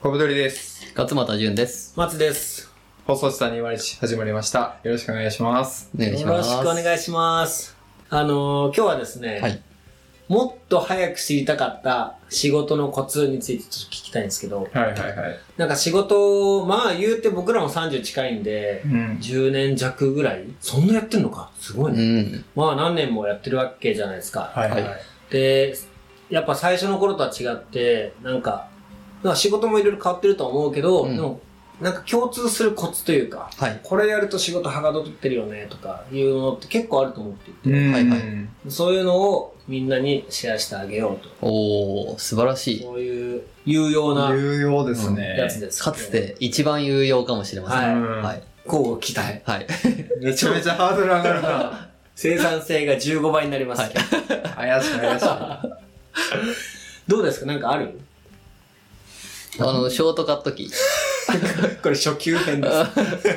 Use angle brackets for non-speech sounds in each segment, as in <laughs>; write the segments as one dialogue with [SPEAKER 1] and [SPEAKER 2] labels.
[SPEAKER 1] 小太りです。
[SPEAKER 2] 勝俣淳です。
[SPEAKER 3] 松です。
[SPEAKER 1] 放送室201始まりました。よろしくお願いします。
[SPEAKER 2] お願いし
[SPEAKER 3] よ
[SPEAKER 2] ま
[SPEAKER 3] ろ
[SPEAKER 2] す。
[SPEAKER 3] しくお願いします。あのー今日はですね、
[SPEAKER 2] はい。
[SPEAKER 3] もっと早く知りたかった仕事のコツについてちょっと聞きたいんですけど、
[SPEAKER 1] はいはいはい。
[SPEAKER 3] なんか仕事、まあ言うて僕らも30近いんで、
[SPEAKER 1] うん。
[SPEAKER 3] 10年弱ぐらいそんなやってんのかすごいね。
[SPEAKER 2] うん。
[SPEAKER 3] まあ何年もやってるわけじゃないですか。
[SPEAKER 1] はいはい。
[SPEAKER 3] で、やっぱ最初の頃とは違って、なんか、まあ仕事もいろいろ変わってるとは思うけど、
[SPEAKER 2] うん
[SPEAKER 3] でも、なんか共通するコツというか、
[SPEAKER 2] はい。
[SPEAKER 3] これやると仕事はかどってるよねとかいうのって結構あると思っていて、
[SPEAKER 1] うん
[SPEAKER 2] はいはい
[SPEAKER 3] そういうのをみんなにシェアしてあげようと。
[SPEAKER 2] おー、素晴らしい。
[SPEAKER 3] そういう有用な
[SPEAKER 1] 有用ですね。
[SPEAKER 3] やつです、
[SPEAKER 2] かつて一番有用かもしれません。
[SPEAKER 1] うん
[SPEAKER 2] はい。
[SPEAKER 3] こう期待。
[SPEAKER 2] はい。
[SPEAKER 1] めちゃめちゃハードル上がるな。
[SPEAKER 3] 生産性が15倍になります、
[SPEAKER 2] はい
[SPEAKER 1] 怪しい怪しい。
[SPEAKER 3] どうですかなんかある
[SPEAKER 2] あの、ショートカット <laughs> キー。
[SPEAKER 3] これ初級編です。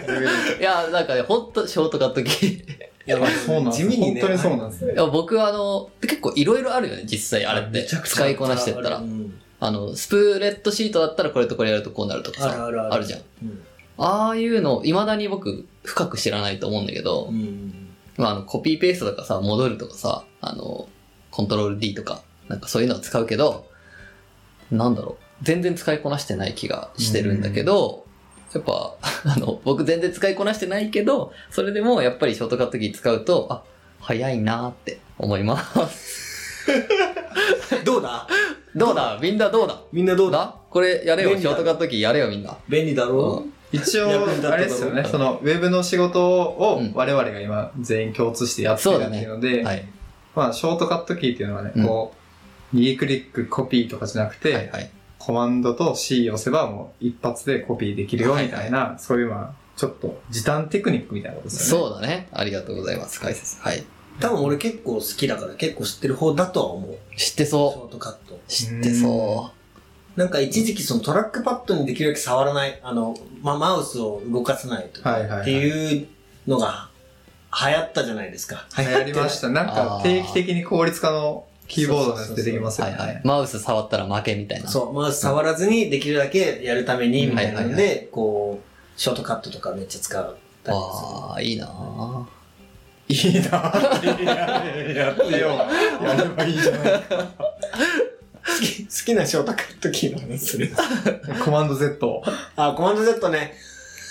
[SPEAKER 1] <laughs>
[SPEAKER 2] いや、なんかね、ほんと、ショートカット <laughs> キー。
[SPEAKER 3] いや、まあ
[SPEAKER 1] そうなんです
[SPEAKER 3] <laughs> 地味にね。
[SPEAKER 1] 本当にそうなんですね
[SPEAKER 2] いや僕はあの、結構いろいろあるよね、実際あれって。
[SPEAKER 1] めちゃくちゃ
[SPEAKER 2] 使いこなしてった
[SPEAKER 3] う
[SPEAKER 2] ら。
[SPEAKER 3] ん
[SPEAKER 2] あの、スプレッドシートだったらこれとこれやるとこうなるとか
[SPEAKER 3] ある
[SPEAKER 2] さ。
[SPEAKER 3] あるある。
[SPEAKER 2] あるじゃん。
[SPEAKER 3] うん。
[SPEAKER 2] ああいうの、未だに僕、深く知らないと思うんだけど、
[SPEAKER 3] うん。
[SPEAKER 2] まあ、あのコピーペーストとかさ、戻るとかさ、あの、コントロール D とか、なんかそういうのは使うけど、なんだろう、全然使いこなしてない気がしてるんだけど、やっぱ、 <laughs> あの、僕全然使いこなしてないけど、それでもやっぱりショートカットキー使うと、あ、早いなーって思います。
[SPEAKER 3] どうだ
[SPEAKER 2] <laughs> どうだみんなどうだ
[SPEAKER 3] みんなどうだ
[SPEAKER 2] だこれやれよ、
[SPEAKER 3] 便利
[SPEAKER 2] ショ
[SPEAKER 3] だ
[SPEAKER 2] ートカットキーやれよみんな。
[SPEAKER 3] 便利だ
[SPEAKER 2] う
[SPEAKER 3] ろ
[SPEAKER 2] ん
[SPEAKER 1] 一応、
[SPEAKER 3] 役に立ったと思う
[SPEAKER 1] あれですよね。その、ウェブの仕事を
[SPEAKER 2] うん
[SPEAKER 1] 我々が今全員共通してやって
[SPEAKER 2] そう
[SPEAKER 1] る
[SPEAKER 2] だ
[SPEAKER 1] って
[SPEAKER 2] ね
[SPEAKER 1] いうので、
[SPEAKER 2] はい。
[SPEAKER 1] まあ、ショートカットキーっていうのはね、
[SPEAKER 2] うん
[SPEAKER 1] こう、右クリックコピーとかじゃなくて、
[SPEAKER 2] はいはい。
[SPEAKER 1] コマンドと C 押せばもう一発でコピーできるよみたいな、そういうまあ、ちょっと時短テクニックみたいなことですよね。
[SPEAKER 2] そうだね。ありがとうございます。解説。はい。
[SPEAKER 3] う多分俺結構好きだから結構知ってる方だとは思う。
[SPEAKER 2] 知って
[SPEAKER 3] シ
[SPEAKER 2] そ
[SPEAKER 3] ョートカット。
[SPEAKER 2] う。知ってそ
[SPEAKER 3] なんか一時期そのトラックパッドにできるだけ触らない、あの、ま、マウスを動かさないと
[SPEAKER 1] はいはいはい
[SPEAKER 3] かっていうのが流行ったじゃないですか。
[SPEAKER 1] 流行りました。なん
[SPEAKER 2] あ
[SPEAKER 1] か定
[SPEAKER 2] ー
[SPEAKER 1] 期的に効率化のキーボードのやつ出てきます
[SPEAKER 2] う。
[SPEAKER 1] よ
[SPEAKER 2] は
[SPEAKER 1] ね。
[SPEAKER 2] いはい。マウス触ったら負けみたいな。
[SPEAKER 3] そう、マウス触らずにできるだけやるためにみたいな
[SPEAKER 2] うん
[SPEAKER 3] の
[SPEAKER 2] はい
[SPEAKER 3] で、こう、ショートカットとかめっちゃ使ったりす
[SPEAKER 2] ああ、いいなぁ
[SPEAKER 1] いいなぁやってよ。やればいいじゃないか。
[SPEAKER 3] る。好き、好きなショートカットキーの話する。
[SPEAKER 1] コマンド Z。
[SPEAKER 3] あ、コマンド Z ね。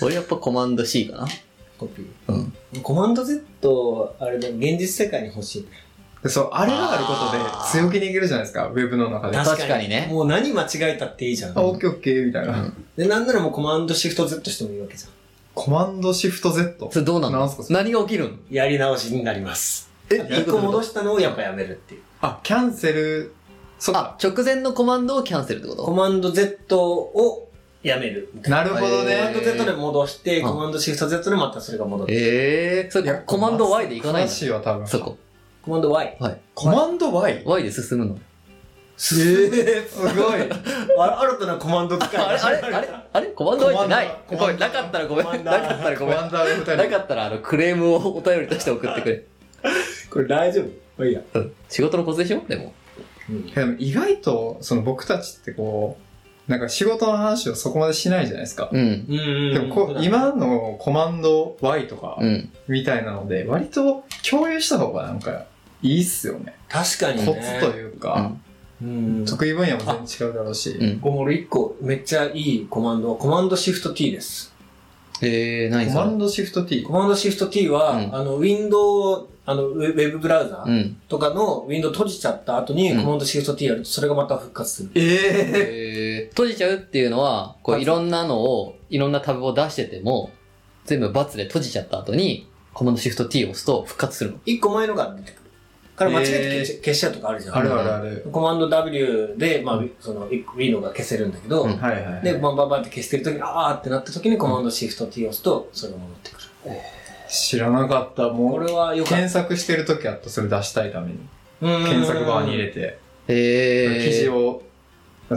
[SPEAKER 2] 俺やっぱコマンド C かな。
[SPEAKER 3] コピー。
[SPEAKER 2] うん。
[SPEAKER 3] コマンド Z、あれだ、現実世界に欲しい。
[SPEAKER 1] でそう、あれがある
[SPEAKER 2] あ
[SPEAKER 1] こと
[SPEAKER 2] ー
[SPEAKER 1] で強気にいけるじゃないですか、ウェブの中で。あ、
[SPEAKER 2] 確かにね
[SPEAKER 3] もう何間違えたっていいじゃん。
[SPEAKER 1] オッケーオッケーみたいな。
[SPEAKER 3] で、なんならもうコマンドシフト Z してもいいわけじゃん。
[SPEAKER 1] コマンドシフト Z
[SPEAKER 2] そ。れどうなの
[SPEAKER 1] なんすかそ
[SPEAKER 2] 何が起きるの
[SPEAKER 3] やり直しになります。
[SPEAKER 1] え
[SPEAKER 3] 一個戻したのをやっぱやめるっていう。
[SPEAKER 1] あ、キャンセル。そっ
[SPEAKER 2] あ
[SPEAKER 1] か。、
[SPEAKER 2] 直前のコマンドをキャンセルってこ
[SPEAKER 3] コ
[SPEAKER 2] と
[SPEAKER 3] マンド Z をやめる。
[SPEAKER 1] なるほど
[SPEAKER 2] え
[SPEAKER 3] コ
[SPEAKER 2] ー
[SPEAKER 3] マ
[SPEAKER 1] ね
[SPEAKER 3] ン。ド Z で戻して、
[SPEAKER 2] うん
[SPEAKER 3] コマンドシフト Z でまたそれが戻る。
[SPEAKER 2] ええー、そ
[SPEAKER 1] い
[SPEAKER 2] れ
[SPEAKER 1] や
[SPEAKER 2] コマンド Y でいかない
[SPEAKER 1] 悲
[SPEAKER 2] の
[SPEAKER 1] しいわ、多分。
[SPEAKER 2] そこ。
[SPEAKER 3] コマンド Y。
[SPEAKER 2] はい。
[SPEAKER 1] コマンド Y?
[SPEAKER 2] Y で進むの。
[SPEAKER 1] えー、すごい。
[SPEAKER 3] あ新たなコマンド使い。
[SPEAKER 2] あれあれあれあれコマンド Y ってない
[SPEAKER 1] コマ
[SPEAKER 2] ごめ
[SPEAKER 1] ン
[SPEAKER 2] ん、
[SPEAKER 1] ド
[SPEAKER 2] なかったらごめん。
[SPEAKER 3] コマン
[SPEAKER 2] な
[SPEAKER 3] ド
[SPEAKER 2] かったらご
[SPEAKER 1] コ
[SPEAKER 2] め
[SPEAKER 1] マ
[SPEAKER 2] ん。
[SPEAKER 1] ンダーの二
[SPEAKER 2] な
[SPEAKER 1] 人。
[SPEAKER 2] かったらあのクレームをお便りとして送ってくれ。
[SPEAKER 3] これ大丈夫まあいいや。
[SPEAKER 2] うん。仕事のコツでしょでも。
[SPEAKER 3] うん
[SPEAKER 1] でも意外と、その僕たちってこう、なんか仕事の話をそこまでしないじゃないですか。
[SPEAKER 2] うん。
[SPEAKER 3] うん。
[SPEAKER 1] でもこう、
[SPEAKER 3] うん、
[SPEAKER 1] 今のコマンド Y とか
[SPEAKER 2] うん。
[SPEAKER 1] みたいなので、割と共有した方がなんかいいっすよね。
[SPEAKER 3] 確かにね。
[SPEAKER 1] コツという
[SPEAKER 2] う
[SPEAKER 1] か、
[SPEAKER 2] ん。
[SPEAKER 3] うん。
[SPEAKER 1] 得意分野も全然違うだろうし。
[SPEAKER 2] うん
[SPEAKER 3] ごめん俺一個めっちゃいいコマンドは、コマンドシフト T です。
[SPEAKER 2] ええー、何
[SPEAKER 1] コ
[SPEAKER 2] そ
[SPEAKER 1] マ
[SPEAKER 2] れ
[SPEAKER 1] ンドシフト T
[SPEAKER 3] コ。マンドシフト T は、
[SPEAKER 2] うん
[SPEAKER 3] あの、ウィンドウを、あの、ウェウェブブラウザ
[SPEAKER 2] う
[SPEAKER 3] ー
[SPEAKER 2] ん。
[SPEAKER 3] とかのウィンドウ閉じちゃった後に、
[SPEAKER 2] うん
[SPEAKER 3] コマンドシフト T やると、それがまた復活する。
[SPEAKER 1] え
[SPEAKER 2] えー、閉じちゃうっていうのは、こういろんなのを、いろんなタブを出してても、全部バツで閉じちゃった後に、コマンドシフト T を押すと復活するの。
[SPEAKER 3] 一個前のが出てくる。から間違えて消し,、消しちゃうとかあるじゃん。
[SPEAKER 1] あるあるある。
[SPEAKER 3] コマンド W で、まあ、その、ウィウィンドウが消せるんだけど、
[SPEAKER 2] うん
[SPEAKER 1] はいはい。
[SPEAKER 3] で、バンバンバンって消してるとき、あーってなったときにコマンドシフト T を押すと、それが戻ってくる。
[SPEAKER 1] 知らなかった。も
[SPEAKER 3] こ
[SPEAKER 1] う、
[SPEAKER 3] れはよかった。
[SPEAKER 1] 検索してる時あった、それ出したいために。
[SPEAKER 3] 検
[SPEAKER 1] 検索バーに入れて、
[SPEAKER 2] えー、
[SPEAKER 1] 記事を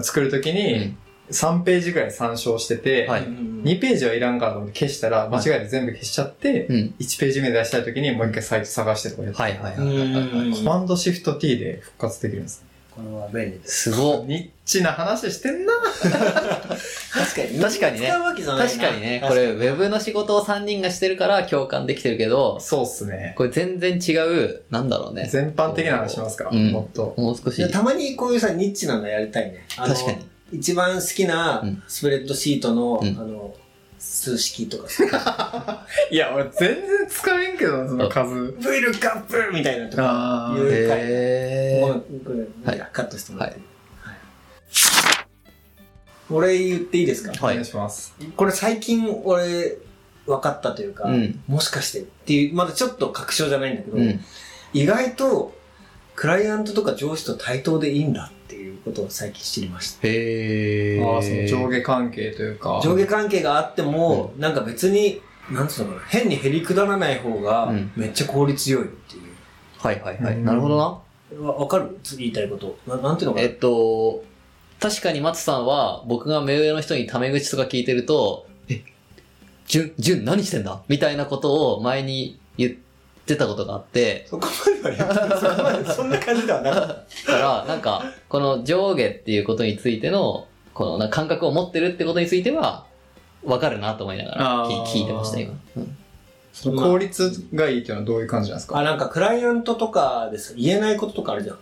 [SPEAKER 1] 作る時
[SPEAKER 2] う
[SPEAKER 1] に、
[SPEAKER 2] ん、
[SPEAKER 1] 3ページぐらい参照してて、
[SPEAKER 2] はい
[SPEAKER 1] 2ページはいらんからと思って消したら、間違えて全部消しちゃって、
[SPEAKER 2] うん。
[SPEAKER 1] 1ページ目出したい時にもう一回サイト探してとかやって、
[SPEAKER 2] はいはい
[SPEAKER 3] うん
[SPEAKER 2] はいはいはい。
[SPEAKER 3] うん
[SPEAKER 1] コマンドシフト T で復活できるんです。
[SPEAKER 3] これは便利です。
[SPEAKER 2] すごっ。
[SPEAKER 1] ニッチな話してんな。
[SPEAKER 3] 確かに
[SPEAKER 2] 確かにね
[SPEAKER 3] 使うわけじゃないな。
[SPEAKER 2] 確かにね、これ、ウェブの仕事を3人がしてるから共感できてるけど、
[SPEAKER 1] そうっすね。
[SPEAKER 2] これ全然違う、なんだろうね。
[SPEAKER 1] 全般的な話しますか、
[SPEAKER 2] うん
[SPEAKER 1] もっと。
[SPEAKER 2] もう少し
[SPEAKER 3] いや。たまにこういうさ、ニッチなのやりたいね。あの
[SPEAKER 2] 確かに。
[SPEAKER 3] 一番好きな
[SPEAKER 2] うん
[SPEAKER 3] スプレッドシートの、
[SPEAKER 2] うん
[SPEAKER 3] あの、数式とか
[SPEAKER 2] <laughs>
[SPEAKER 3] さ、
[SPEAKER 1] いや、俺全然使えんけどな、その数。
[SPEAKER 3] ブイルカップみたいなとか
[SPEAKER 1] あ、ー
[SPEAKER 3] いろいろ書いて
[SPEAKER 2] へ
[SPEAKER 3] も
[SPEAKER 2] ー
[SPEAKER 3] うこれ
[SPEAKER 2] はい
[SPEAKER 3] カットしてもらって。はい俺言っていいですか
[SPEAKER 1] お
[SPEAKER 2] はい
[SPEAKER 1] 願いします。
[SPEAKER 3] これ最近俺分かったというか、
[SPEAKER 2] うん。
[SPEAKER 3] もしかしてっていう、まだちょっと確証じゃないんだけど、
[SPEAKER 2] うん。
[SPEAKER 3] 意外とクライアントとか上司と対等でいいんだっていうことを最近知りました。
[SPEAKER 2] へー
[SPEAKER 1] ああ、その上下関係というか。
[SPEAKER 3] 上下関係があっても、なんか別に、なんつうのかな、変にへりくだらない方が
[SPEAKER 2] うん、
[SPEAKER 3] めっちゃ効率よいっていう。
[SPEAKER 2] はいはいは
[SPEAKER 1] う
[SPEAKER 2] い。
[SPEAKER 1] ん
[SPEAKER 2] なるほどな。
[SPEAKER 3] わわかる次言いたいこと。ななんていうのか
[SPEAKER 2] え
[SPEAKER 3] な。
[SPEAKER 2] っと、確かに松さんは、僕が目上の人にタメ口とか聞いてると、え、じゅん、じゅん何してんだみたいなことを前に言ってたことがあって、
[SPEAKER 3] そこまではやってないそこまで、そんな感じではなかった。
[SPEAKER 2] だから、なんか、この上下っていうことについての、このなんか感覚を持ってるってことについては、わかるなと思いながら
[SPEAKER 1] あー
[SPEAKER 2] 聞聞いてました、今。うん
[SPEAKER 1] その効率がいいというのはどういう感じなんです
[SPEAKER 3] あ、
[SPEAKER 1] か
[SPEAKER 3] なんかクライアントとかです。言えないこととかあるじゃん。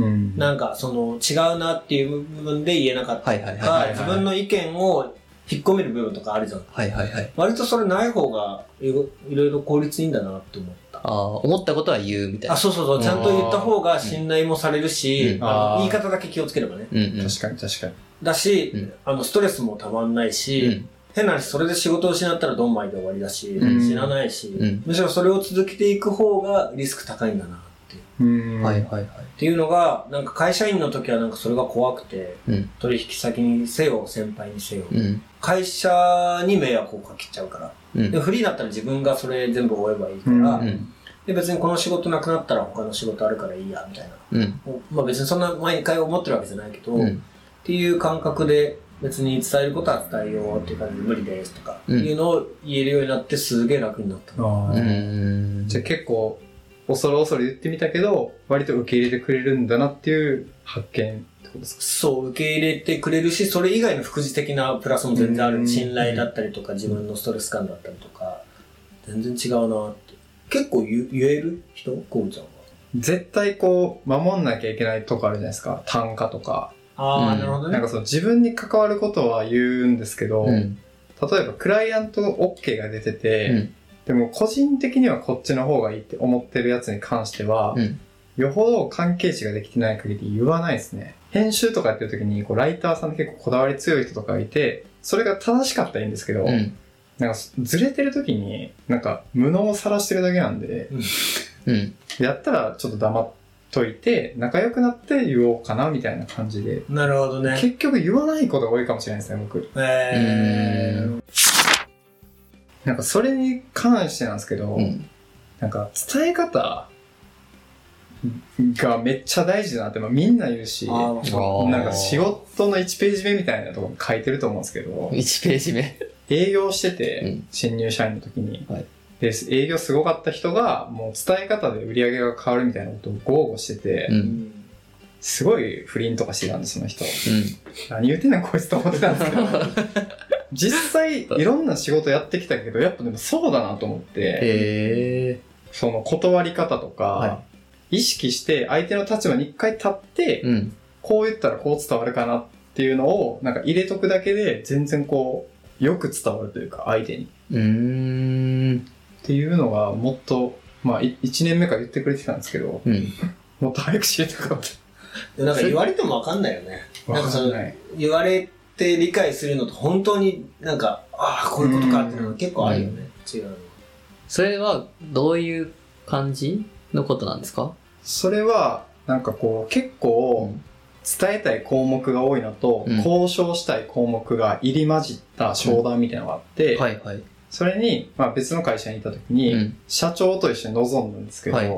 [SPEAKER 1] うん。
[SPEAKER 3] なんかその違うなっていう部分で言えなかった
[SPEAKER 2] はい
[SPEAKER 3] り
[SPEAKER 2] はい
[SPEAKER 3] と
[SPEAKER 2] は
[SPEAKER 1] は
[SPEAKER 2] い
[SPEAKER 3] か、
[SPEAKER 1] い
[SPEAKER 3] 自分の意見を引っ込める部分とかあるじゃん。
[SPEAKER 2] はいはいはい。
[SPEAKER 3] 割とそれない方がいろいろいろ効率いいんだなって思った。
[SPEAKER 2] ああ、思ったことは言うみたい
[SPEAKER 3] あ、
[SPEAKER 2] な。
[SPEAKER 3] そうそうそう。ちゃんと言った方が信頼もされるし
[SPEAKER 2] う、ん
[SPEAKER 3] あ
[SPEAKER 1] あー
[SPEAKER 3] の言い方だけ気をつければね。
[SPEAKER 2] うんうん。
[SPEAKER 1] 確かに確かに。
[SPEAKER 3] だし、
[SPEAKER 2] うん
[SPEAKER 3] あの、ストレスもたまんないし、
[SPEAKER 2] うん。
[SPEAKER 3] 変な話、それで仕事を失ったらドンマイで終わりだし、
[SPEAKER 2] うん
[SPEAKER 3] 死なないし、
[SPEAKER 2] うん
[SPEAKER 3] むしろそれを続けていく方がリスク高いんだなって。っ
[SPEAKER 1] うん。
[SPEAKER 2] はいはいはい。
[SPEAKER 3] ていうのが、なんか会社員の時はなんかそれが怖くて、
[SPEAKER 2] うん
[SPEAKER 3] 取引先にせよ、先輩にせよ、
[SPEAKER 2] うん。
[SPEAKER 3] 会社に迷惑をかけちゃうから。
[SPEAKER 2] うん
[SPEAKER 3] で、。フリーだったら自分がそれ全部終えばいいか
[SPEAKER 1] うん
[SPEAKER 3] ら、
[SPEAKER 2] うん。
[SPEAKER 3] で、別にこの仕事なくなったら他の仕事あるからいいや、みたいな。
[SPEAKER 2] うん。
[SPEAKER 3] まあ別にそんな毎回思ってるわけじゃないけど、
[SPEAKER 2] う
[SPEAKER 3] っ
[SPEAKER 2] ん。
[SPEAKER 3] ていう感覚で別に伝えることは伝えようっていう感じで無理ですとか、
[SPEAKER 2] うん
[SPEAKER 3] いうのを言えるようになってすげえ楽になった。
[SPEAKER 1] あ
[SPEAKER 2] う
[SPEAKER 1] ー
[SPEAKER 2] ん。
[SPEAKER 1] じゃあ結構、恐る恐る言ってみたけど、割と受け入れてくれるんだなっていう発見ってことですか
[SPEAKER 3] そう、受け入れてくれるし、それ以外の副次的なプラスも全然あ
[SPEAKER 1] う
[SPEAKER 3] る。
[SPEAKER 1] ん
[SPEAKER 3] 信頼だったりとか、自分のストレス感だったりとか、全然違うなって。結構言言える人こうちゃんは。
[SPEAKER 1] 絶対こう、守んなきゃいけないとこあるじゃないですか。単価とか。
[SPEAKER 3] ああ、
[SPEAKER 2] うん
[SPEAKER 3] なるほど
[SPEAKER 1] な
[SPEAKER 3] ね
[SPEAKER 1] ん。かその自分に関わることは言うんですけど、
[SPEAKER 2] うん。
[SPEAKER 1] 例えばクライアント OK が出てて、
[SPEAKER 2] うん
[SPEAKER 1] でも個人的にはこっちの方がいいって思ってるやつに関しては、
[SPEAKER 2] うん
[SPEAKER 1] よほど関係値ができてない限り言わないですね。編集とかやってる時にこうライターさんって結構こだわり強い人とかがいて、それが正しかったらいいんですけど、
[SPEAKER 2] うん。
[SPEAKER 1] なんかずれてる時になんか無能を晒してるだけなんで、
[SPEAKER 2] うん。
[SPEAKER 1] やったらちょっと黙っといて、仲良くなって言おうかなみたいな感じで。
[SPEAKER 3] なるほどね。
[SPEAKER 1] 結局言わないことが多いかもしれないですね、僕。
[SPEAKER 3] えー、
[SPEAKER 1] なんかそれに関してなんですけど、
[SPEAKER 2] うん。
[SPEAKER 1] なんか伝え方がめっちゃ大事だなって、まあ、みんな言うし、
[SPEAKER 3] あ
[SPEAKER 1] な
[SPEAKER 3] ーそ
[SPEAKER 1] んか仕事の1ページ目みたいなところに書いてると思うんですけど、
[SPEAKER 2] 1ページ目。
[SPEAKER 1] 営業してて、
[SPEAKER 2] うん
[SPEAKER 1] 新入社員の時に、
[SPEAKER 2] はい
[SPEAKER 1] で、営業すごかった人が、もう伝え方で売り上げが変わるみたいなことを豪語してて、
[SPEAKER 2] う。
[SPEAKER 3] うんん
[SPEAKER 1] すごい不倫とかしてたんです、その人。 <laughs>
[SPEAKER 2] う
[SPEAKER 1] 何言うてんねん、こいつと思ってたんですけど、実際いろんな仕事やってきたけど、やっぱでもそうだなと思って、
[SPEAKER 2] へ
[SPEAKER 1] その断り方とか、
[SPEAKER 2] は
[SPEAKER 1] 意識して相手の立場に一回立って、
[SPEAKER 2] ー。うん。
[SPEAKER 1] こう言ったらこう伝わるかなっていうのをなんか入れとくだけで全然こうよく伝わるというか相手にっ
[SPEAKER 2] うーん。
[SPEAKER 1] ていうのがもっとまあ1年目から言ってくれてたんですけど
[SPEAKER 2] うん。
[SPEAKER 1] もっと早く知りたかっ
[SPEAKER 3] でもなんか言われてもわかんないよね。
[SPEAKER 1] た
[SPEAKER 3] なんかその
[SPEAKER 1] ない
[SPEAKER 3] 言われて理解するのと本当になんか、ああ、こういうことかっていうのが結構あるよね。違うの。
[SPEAKER 2] それは、どういう感じのことなんですか
[SPEAKER 1] それはなんかこう結構伝えたい項目が多いのと、
[SPEAKER 2] うん
[SPEAKER 1] 交渉したい項目が入り混じった商談みたいなのがあって、
[SPEAKER 2] はいはい。
[SPEAKER 1] それに、まあ、別の会社にいた時に、
[SPEAKER 2] うん。
[SPEAKER 1] 社長と一緒に臨んだんですけど、
[SPEAKER 2] はい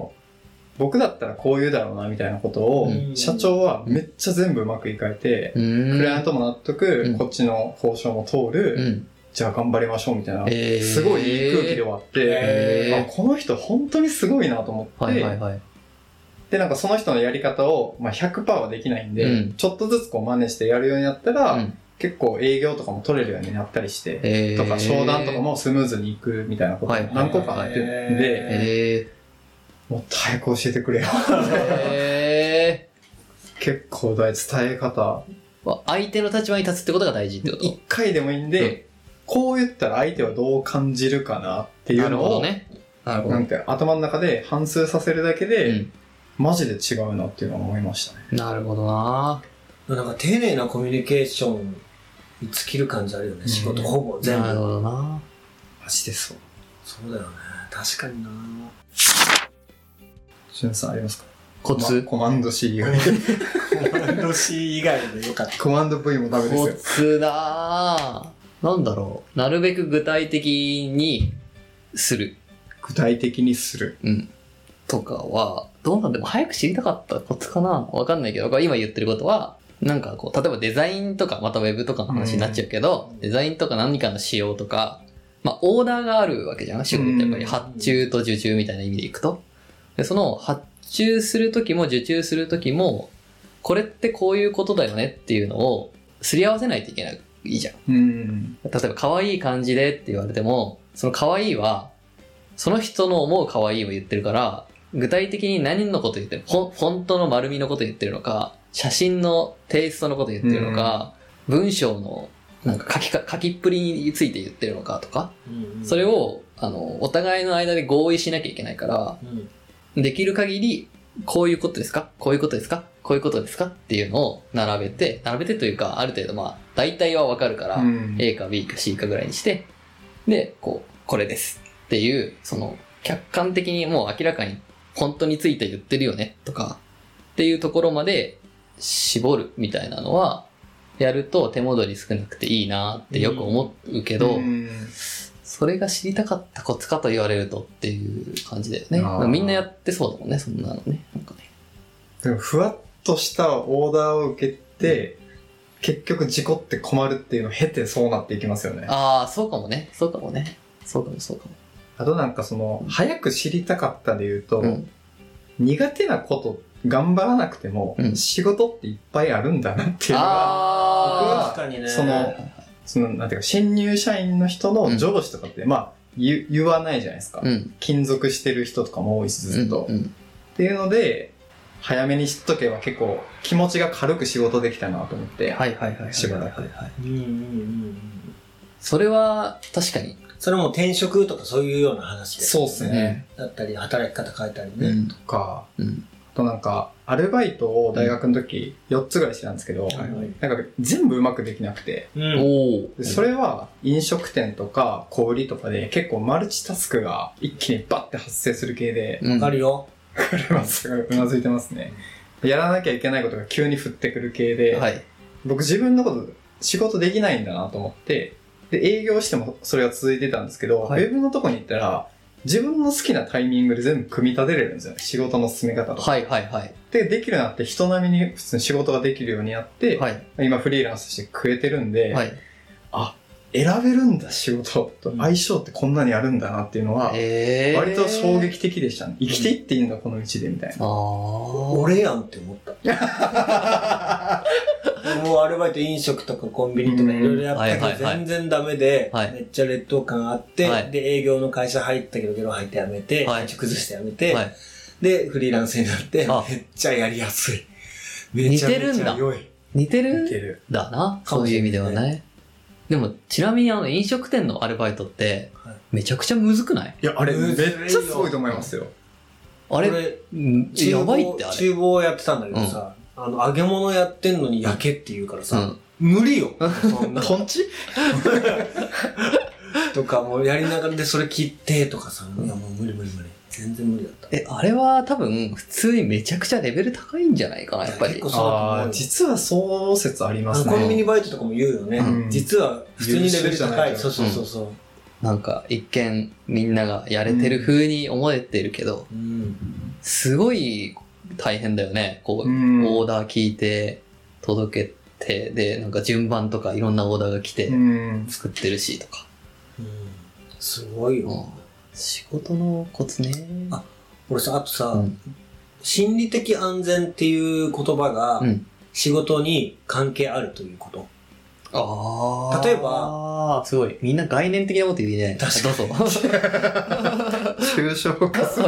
[SPEAKER 1] 僕だったらこう言うだろうなみたいなことを、
[SPEAKER 2] うん
[SPEAKER 1] 社長はめっちゃ全部うまくいかれて、
[SPEAKER 2] うーん。
[SPEAKER 1] クライアントも納得、
[SPEAKER 2] うん
[SPEAKER 1] こっちの交渉も通る、
[SPEAKER 2] うん。
[SPEAKER 1] じゃあ頑張りましょうみたいな、
[SPEAKER 2] えー。
[SPEAKER 1] すごいいい空気で終わって、
[SPEAKER 2] へー
[SPEAKER 1] あこの人本当にすごいなと思って、
[SPEAKER 2] はいはいはい。
[SPEAKER 1] でなんかその人のやり方を、まあ、100%はできないんで、
[SPEAKER 2] うん
[SPEAKER 1] ちょっとずつこう真似してやるようになったら、
[SPEAKER 2] うん
[SPEAKER 1] 結構営業とかも取れるようになったりして、
[SPEAKER 2] えー
[SPEAKER 1] とか商談とかもスムーズにいくみたいなこと
[SPEAKER 2] はいはいはい
[SPEAKER 1] 何個かあってんで、
[SPEAKER 2] え
[SPEAKER 1] もっと早く教えてくれよ。 <laughs>
[SPEAKER 2] ー、え
[SPEAKER 1] 結構大事伝え方。 <laughs>
[SPEAKER 2] ーわ相手の立場に立つってことが大事ってこと
[SPEAKER 1] 一回でもいいんで、こう言ったら相手はどう感じるかなっていう
[SPEAKER 2] なる
[SPEAKER 1] の
[SPEAKER 2] ほど
[SPEAKER 1] を、
[SPEAKER 2] ねなるほど
[SPEAKER 1] なんていうの頭の中で反数させるだけで、
[SPEAKER 2] うん
[SPEAKER 1] マジで違うなっていうのは思いましたね。
[SPEAKER 2] なるほどな
[SPEAKER 3] なんか丁寧なコミュニケーションに尽きる感じあるよね、
[SPEAKER 1] うん
[SPEAKER 3] 仕事ほぼ全
[SPEAKER 2] なる
[SPEAKER 3] 部。
[SPEAKER 2] ほどな
[SPEAKER 1] マジでそう。
[SPEAKER 3] そうだよね。確かにな
[SPEAKER 1] しゅんさんありますか
[SPEAKER 2] コツ
[SPEAKER 1] コマコマンド C 以外。
[SPEAKER 2] <laughs>
[SPEAKER 3] コマンド C 以外でよ <laughs> かった。
[SPEAKER 1] コマンド V もダメです
[SPEAKER 2] コ
[SPEAKER 1] よ。
[SPEAKER 2] ツだーなんだろうなるべく具体的にする
[SPEAKER 1] 具体的にする。
[SPEAKER 2] うん。とかは、どうなんでも早く知りたかったコツかなわかんないけど、今言ってることは、なんかこう、例えばデザインとか、またウェブとかの話になっちゃうけど、
[SPEAKER 3] うん
[SPEAKER 2] デザインとか何かの仕様とか、まあ、オーダーがあるわけじゃん仕事ってやっぱり
[SPEAKER 1] うん
[SPEAKER 2] 発注と受注みたいな意味でいくと。で、その発注するときも受注するときも、これってこういうことだよねっていうのをすり合わせないといけないじゃん。
[SPEAKER 1] うん。
[SPEAKER 2] 例えば可愛い感じでって言われてもその可愛いはその人の思う可愛いを言ってるから具体的に何のこと言ってるフォンフォントの丸みのこと言ってるのか写真のテイストのこと言ってるのか、文章のなんか書きか書きっぷりについて言ってるのかとか、それ
[SPEAKER 3] を、
[SPEAKER 2] をあのお互いの間で合意しなきゃいけないから
[SPEAKER 3] うん
[SPEAKER 2] できる限りこういうことですかこういうことですかこういうことですかっていうのを並べて並べてというかある程度まあ大体はわかるから、
[SPEAKER 1] うん。
[SPEAKER 2] A か B か C かぐらいにして、で、こう、これですっていう、その、客観的にもう明らかに、本当について言ってるよねとか、っていうところまで絞るみたいなのは、やると手戻り少なくていいなってよく思うけど、
[SPEAKER 1] うん
[SPEAKER 2] それが知りたかったコツかと言われるとっていう感じだよね。
[SPEAKER 1] あー
[SPEAKER 2] みんなやってそうだもんね、そんなのね。なんかね。
[SPEAKER 1] でもふわっとしたオーダーを受けて、結局事故って困るっていうのを経てそうなっていきますよね。
[SPEAKER 2] ああ、そうかもね。そうかもね。そうかも、そうかも。
[SPEAKER 1] あとなんかその、早く知りたかったで言うと、
[SPEAKER 2] うん
[SPEAKER 1] 苦手なこと頑張らなくても、
[SPEAKER 2] うん
[SPEAKER 1] 仕事っていっぱいあるんだなっていうのが、
[SPEAKER 2] あ
[SPEAKER 3] 確かにね。
[SPEAKER 1] その、その、なんていうか、新入社員の人の上司とかって、まあ、言言わないじゃないですか。
[SPEAKER 2] ーうん。
[SPEAKER 1] 勤続してる人とかも多いし、ずっと。
[SPEAKER 2] うんうん
[SPEAKER 1] っていうので、早めに知っとけば結構気持ちが軽く仕事できたなと思って、
[SPEAKER 2] はいはいはいはい。
[SPEAKER 1] しばらく
[SPEAKER 2] はいはい。
[SPEAKER 3] うんうんうんうん。
[SPEAKER 2] それは、確かに。
[SPEAKER 3] それも転職とかそういうような話で。
[SPEAKER 1] そうっすね。
[SPEAKER 3] だったり、働き方変えたり
[SPEAKER 2] う
[SPEAKER 3] ね。
[SPEAKER 2] ん。
[SPEAKER 1] とか、
[SPEAKER 2] うん。
[SPEAKER 1] あとなんか、アルバイトを大学の時4つぐらいしてたんですけど、
[SPEAKER 3] はいはい
[SPEAKER 1] なんか全部うまくできなくて、
[SPEAKER 3] う
[SPEAKER 2] お
[SPEAKER 3] ん。
[SPEAKER 2] お
[SPEAKER 1] で。それは飲食店とか小売りとかで結構マルチタスクが一気にバッて発生する系で、
[SPEAKER 2] うん、
[SPEAKER 3] わかるよ。
[SPEAKER 1] これはすごいうなずいてますね。やらなきゃいけないことが急に降ってくる系で、
[SPEAKER 2] はい。
[SPEAKER 1] 僕自分のこと仕事できないんだなと思って、で、営業してもそれが続いてたんですけど、
[SPEAKER 2] はい
[SPEAKER 1] ウェブのとこに行ったら、自分の好きなタイミングで全部組み立てれるんですよね。仕事の進め方とか。
[SPEAKER 2] はいはいはい。
[SPEAKER 1] で、できるようになって、人並みに普通に仕事ができるようになって、
[SPEAKER 2] はい。
[SPEAKER 1] 今フリーランスとして食えてるんで、
[SPEAKER 2] はい。
[SPEAKER 1] 選べるんだ仕事と
[SPEAKER 3] うん
[SPEAKER 1] 相性ってこんなにあるんだなっていうのは、
[SPEAKER 2] えー。
[SPEAKER 1] 割と衝。撃的でしたね。生きていっていいんだ、この道で、みたいな。
[SPEAKER 2] ああ。
[SPEAKER 3] 俺やんって思った。 <laughs> もうアルバイト飲食とかコンビニとかいろいろやったけど
[SPEAKER 2] うん
[SPEAKER 3] 全然ダメで、
[SPEAKER 2] はい
[SPEAKER 3] めっちゃ劣等感あって、
[SPEAKER 2] はい
[SPEAKER 3] で営業の会社入ったけどゲロ吐いて辞めて、
[SPEAKER 2] はい
[SPEAKER 3] 体調崩して辞めて、
[SPEAKER 2] はい。
[SPEAKER 3] でフリーランスになって
[SPEAKER 2] あ
[SPEAKER 3] めっちゃやりやすいめちゃめちゃ良い
[SPEAKER 2] 似て
[SPEAKER 1] いけ
[SPEAKER 2] る
[SPEAKER 1] る。
[SPEAKER 2] だな。
[SPEAKER 3] か
[SPEAKER 2] そ
[SPEAKER 3] も
[SPEAKER 2] う
[SPEAKER 3] し
[SPEAKER 2] いう
[SPEAKER 3] れ
[SPEAKER 2] 意
[SPEAKER 3] ない
[SPEAKER 2] 味ではね。でも、ちなみにあの、飲食店のアルバイトって
[SPEAKER 3] はい、
[SPEAKER 2] めちゃくちゃむずくない
[SPEAKER 1] いや、あれ、め
[SPEAKER 3] む
[SPEAKER 1] っ
[SPEAKER 3] ずいよ
[SPEAKER 1] ちゃすごいと思いますよ。
[SPEAKER 2] あれ、
[SPEAKER 3] 俺
[SPEAKER 2] うん
[SPEAKER 3] 厨房
[SPEAKER 2] やばいってあれ。
[SPEAKER 3] 厨房をやってたんだけどさ、あの揚げ物やってんのに焼けって言うから
[SPEAKER 2] う
[SPEAKER 3] さ、
[SPEAKER 2] ん。
[SPEAKER 3] 無理よそんな
[SPEAKER 1] とんち
[SPEAKER 3] とかもうやりながらでそれ切ってとかさいやもう無理無理無理全然無理だった
[SPEAKER 2] え、あれは多分、普通にめちゃくちゃレベル高いんじゃないかな、やっぱり
[SPEAKER 3] 結構。そうだと思う
[SPEAKER 1] あ
[SPEAKER 3] よ
[SPEAKER 1] ー実はそう説ありま
[SPEAKER 3] あの
[SPEAKER 1] すね。
[SPEAKER 3] コンビニバイトとかも言うよね、
[SPEAKER 1] うん
[SPEAKER 3] 実は普通にレベル
[SPEAKER 1] 優秀じゃな
[SPEAKER 3] 高
[SPEAKER 1] い
[SPEAKER 3] い
[SPEAKER 1] と
[SPEAKER 3] そうそうそうそう、
[SPEAKER 2] なんか、一見、みんながやれてる風に思えてるけど、
[SPEAKER 3] うん
[SPEAKER 2] すごい大変だよね。こう、
[SPEAKER 1] うん
[SPEAKER 2] オーダー聞いて、届けて、で、なんか順番とかいろんなオーダーが
[SPEAKER 1] う
[SPEAKER 2] 来て、
[SPEAKER 1] ん。
[SPEAKER 2] 作ってるしとか。
[SPEAKER 3] うんすごいよ、
[SPEAKER 2] うん仕事のコツね。
[SPEAKER 3] あ俺さあとさ、
[SPEAKER 2] うん
[SPEAKER 3] 心理的安全っていう言葉が
[SPEAKER 2] うん
[SPEAKER 3] 仕事に関係あるということ、
[SPEAKER 2] ああ。
[SPEAKER 3] 例え
[SPEAKER 2] ば、すごい。みんな概念的なこと言うね。確かに。どうぞ。 <laughs>
[SPEAKER 1] 抽象化する。